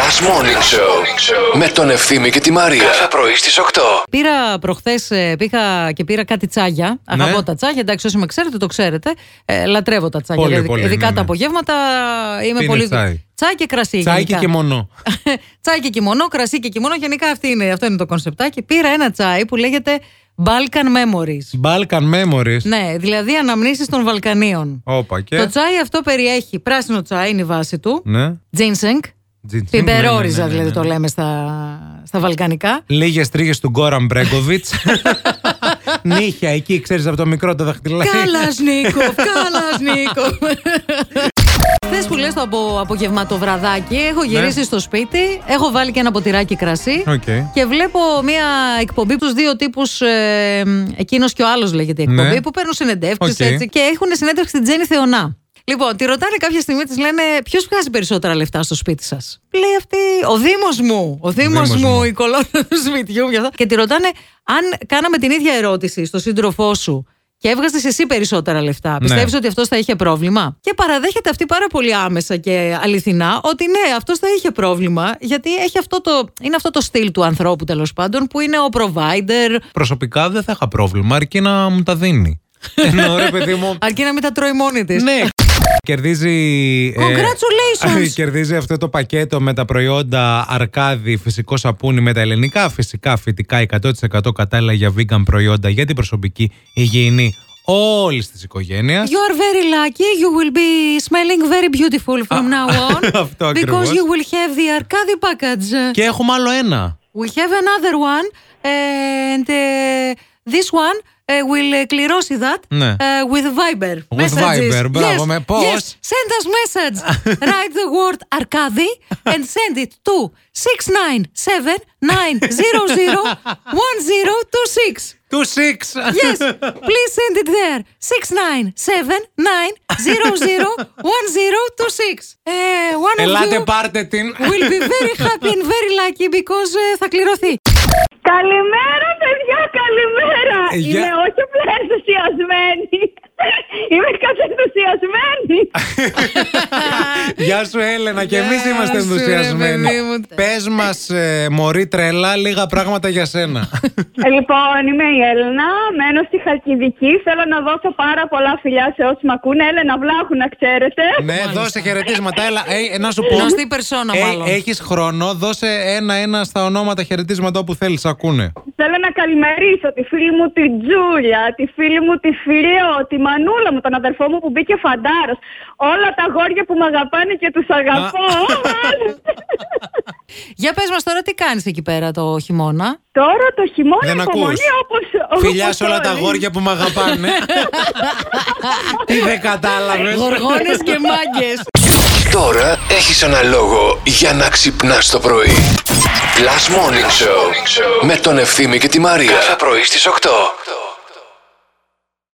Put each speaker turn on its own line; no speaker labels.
Last Morning Show με τον Ευθύμη και τη Μαρία. Κάθε πρωί στις 8.
Πήρα προχθές, πήγα και πήρα κάτι
Ναι.
τσάγια. Αγαπώ τα τσάγια. Εντάξει, όσοι με ξέρετε, το ξέρετε. Ε, λατρεύω τα τσάγια.
Πολύ,
Δηλαδή,
πολύ,
ειδικά
ναι, ναι.
τα απογεύματα είμαι
Τι
πολύ.
είναι τσάι?
Τσάι και κρασί.
Τσάι και
γενικά.
μονό.
τσάι και κιμονό, κρασί και κιμονό. Γενικά αυτή είναι, αυτό είναι το κονσεπτάκι. Πήρα ένα τσάι που λέγεται Balkan Memories.
Balkan Memories.
Ναι, δηλαδή αναμνήσεις των Βαλκανίων.
Όπα και.
Το τσάι αυτό περιέχει πράσινο τσάι, είναι η βάση του.
Ναι.
Τζίνσενγκ.
Τζιντζιν,
Πιπερόριζα,
ναι, ναι, ναι,
δηλαδή το
ναι.
λέμε στα, στα βαλκανικά.
Λίγες τρίγες του Γκόραν Μπρέγκοβιτ. Νύχια εκεί, ξέρεις από το μικρό το δαχτυλάκι.
Καλασνίκοφ, καλασνίκοφ. Χθε που λες το απο, απογευματό βραδάκι, έχω
Ναι.
γυρίσει στο σπίτι, έχω βάλει και ένα ποτηράκι κρασί.
Οκ.
Και βλέπω μία εκπομπή τους δύο τύπους. Ε, Εκείνος και ο άλλος λέγεται η εκπομπή,
Ναι.
που παίρνουν συνεντεύξεις
Οκ.
έτσι. Και έχουν συνέντευξη την Τζέννη Θεωνά. Λοιπόν, τη ρωτάνε κάποια στιγμή, της λένε Ποιος βγάζει περισσότερα λεφτά στο σπίτι σας. Λέει αυτή, Ο Δήμος μου. Ο Δήμος
Δήμος
μου,
μου.
η κολόνα του σπιτιού. Και, αυτά. και τη ρωτάνε αν κάναμε την ίδια ερώτηση στο σύντροφό σου και έβγαζες εσύ περισσότερα λεφτά.
Ναι.
Πιστεύεις ότι αυτός θα είχε πρόβλημα. Και παραδέχεται αυτή πάρα πολύ άμεσα και αληθινά ότι ναι, αυτός θα είχε πρόβλημα, γιατί έχει αυτό το, είναι αυτό το στυλ του ανθρώπου τέλος πάντων που είναι ο provider.
Προσωπικά δεν θα είχα πρόβλημα, αρκεί να μου τα δίνει. Ενώ ρε παιδί μου.
Αρκεί να μην τα τρώει μόνη της.
ναι. Κερδίζει. ε,
Congratulations.
κερδίζει αυτό το πακέτο με τα προϊόντα αρκάδι, φυσικό σαπούνι με τα ελληνικά, φυσικά φυτικά 100% κατάλληλα για vegan προϊόντα για την προσωπική υγιεινή όλης της οικογένειας.
You are very lucky. You will be smelling very beautiful from now on.
Αυτό
because
ακριβώς.
you will have the Arcadi package.
Και έχουμε άλλο ένα.
We have another one, and uh, this one uh, will uh, κληρώσει that
Ναι.
uh, with Viber.
With
messages.
Viber, μπράβο,
yes,
με πώς.
Yes, send us message. Write the word Arcadi and send it to 697-900-1026.
Του Six!
Yes, please send it there. 697-900-1026. Ε, one of
Ελάτε
you-
πάρτε την.
Will be very happy and very lucky because ε, θα κληρωθεί.
Καλημέρα, παιδιά, καλημέρα.
Ε, γεια.
Είμαι όχι απλά ενθουσιασμένη. Είμαι καθενθουσιασμένη.
Γεια σου Έλενα και
Γεια
εμείς είμαστε
σου, ρε,
ενθουσιασμένοι.
παιδί μου.
Πες μας ε, μωρή τρελά λίγα πράγματα για σένα.
Ε, λοιπόν, είμαι η Έλενα, μένω στη Χαλκιδική. Θέλω να δώσω πάρα πολλά φιλιά σε όσοι με ακούνε. Έλενα Βλάχου, να ξέρετε.
ναι, δώσε χαιρετίσματα. Έλα, ε, ε, να σου πω.
Γνωστή περσόνα, μάλλον.
Ε, έχεις χρόνο, δώσε ένα-ένα στα ονόματα χαιρετίσματα όπου θέλεις, ακούνε.
Θέλω να καλημερίσω τη φίλη μου τη Τζούλια, τη φίλη μου τη Φιλιό, τη μανούλα μου, τον αδερφό μου που μπήκε φαντάρος. Όλα τα γόρια που με αγαπάνε και τους αγαπώ.
Για πες μας τώρα τι κάνεις εκεί πέρα το χειμώνα.
Τώρα το χειμώνα
Δεν ακούς.
υπομονή όπως...
Φιλιά
όπως
σε όλα τα
όλοι.
γόρια που με αγαπάνε. Τι δεν κατάλαβες.
Γοργόνες και μάγκες.
Τώρα έχεις ένα λόγο για να ξυπνάς το πρωί. Last Morning Show με τον Ευθύμη και τη Μαρία. Κάθε πρωί στις 8.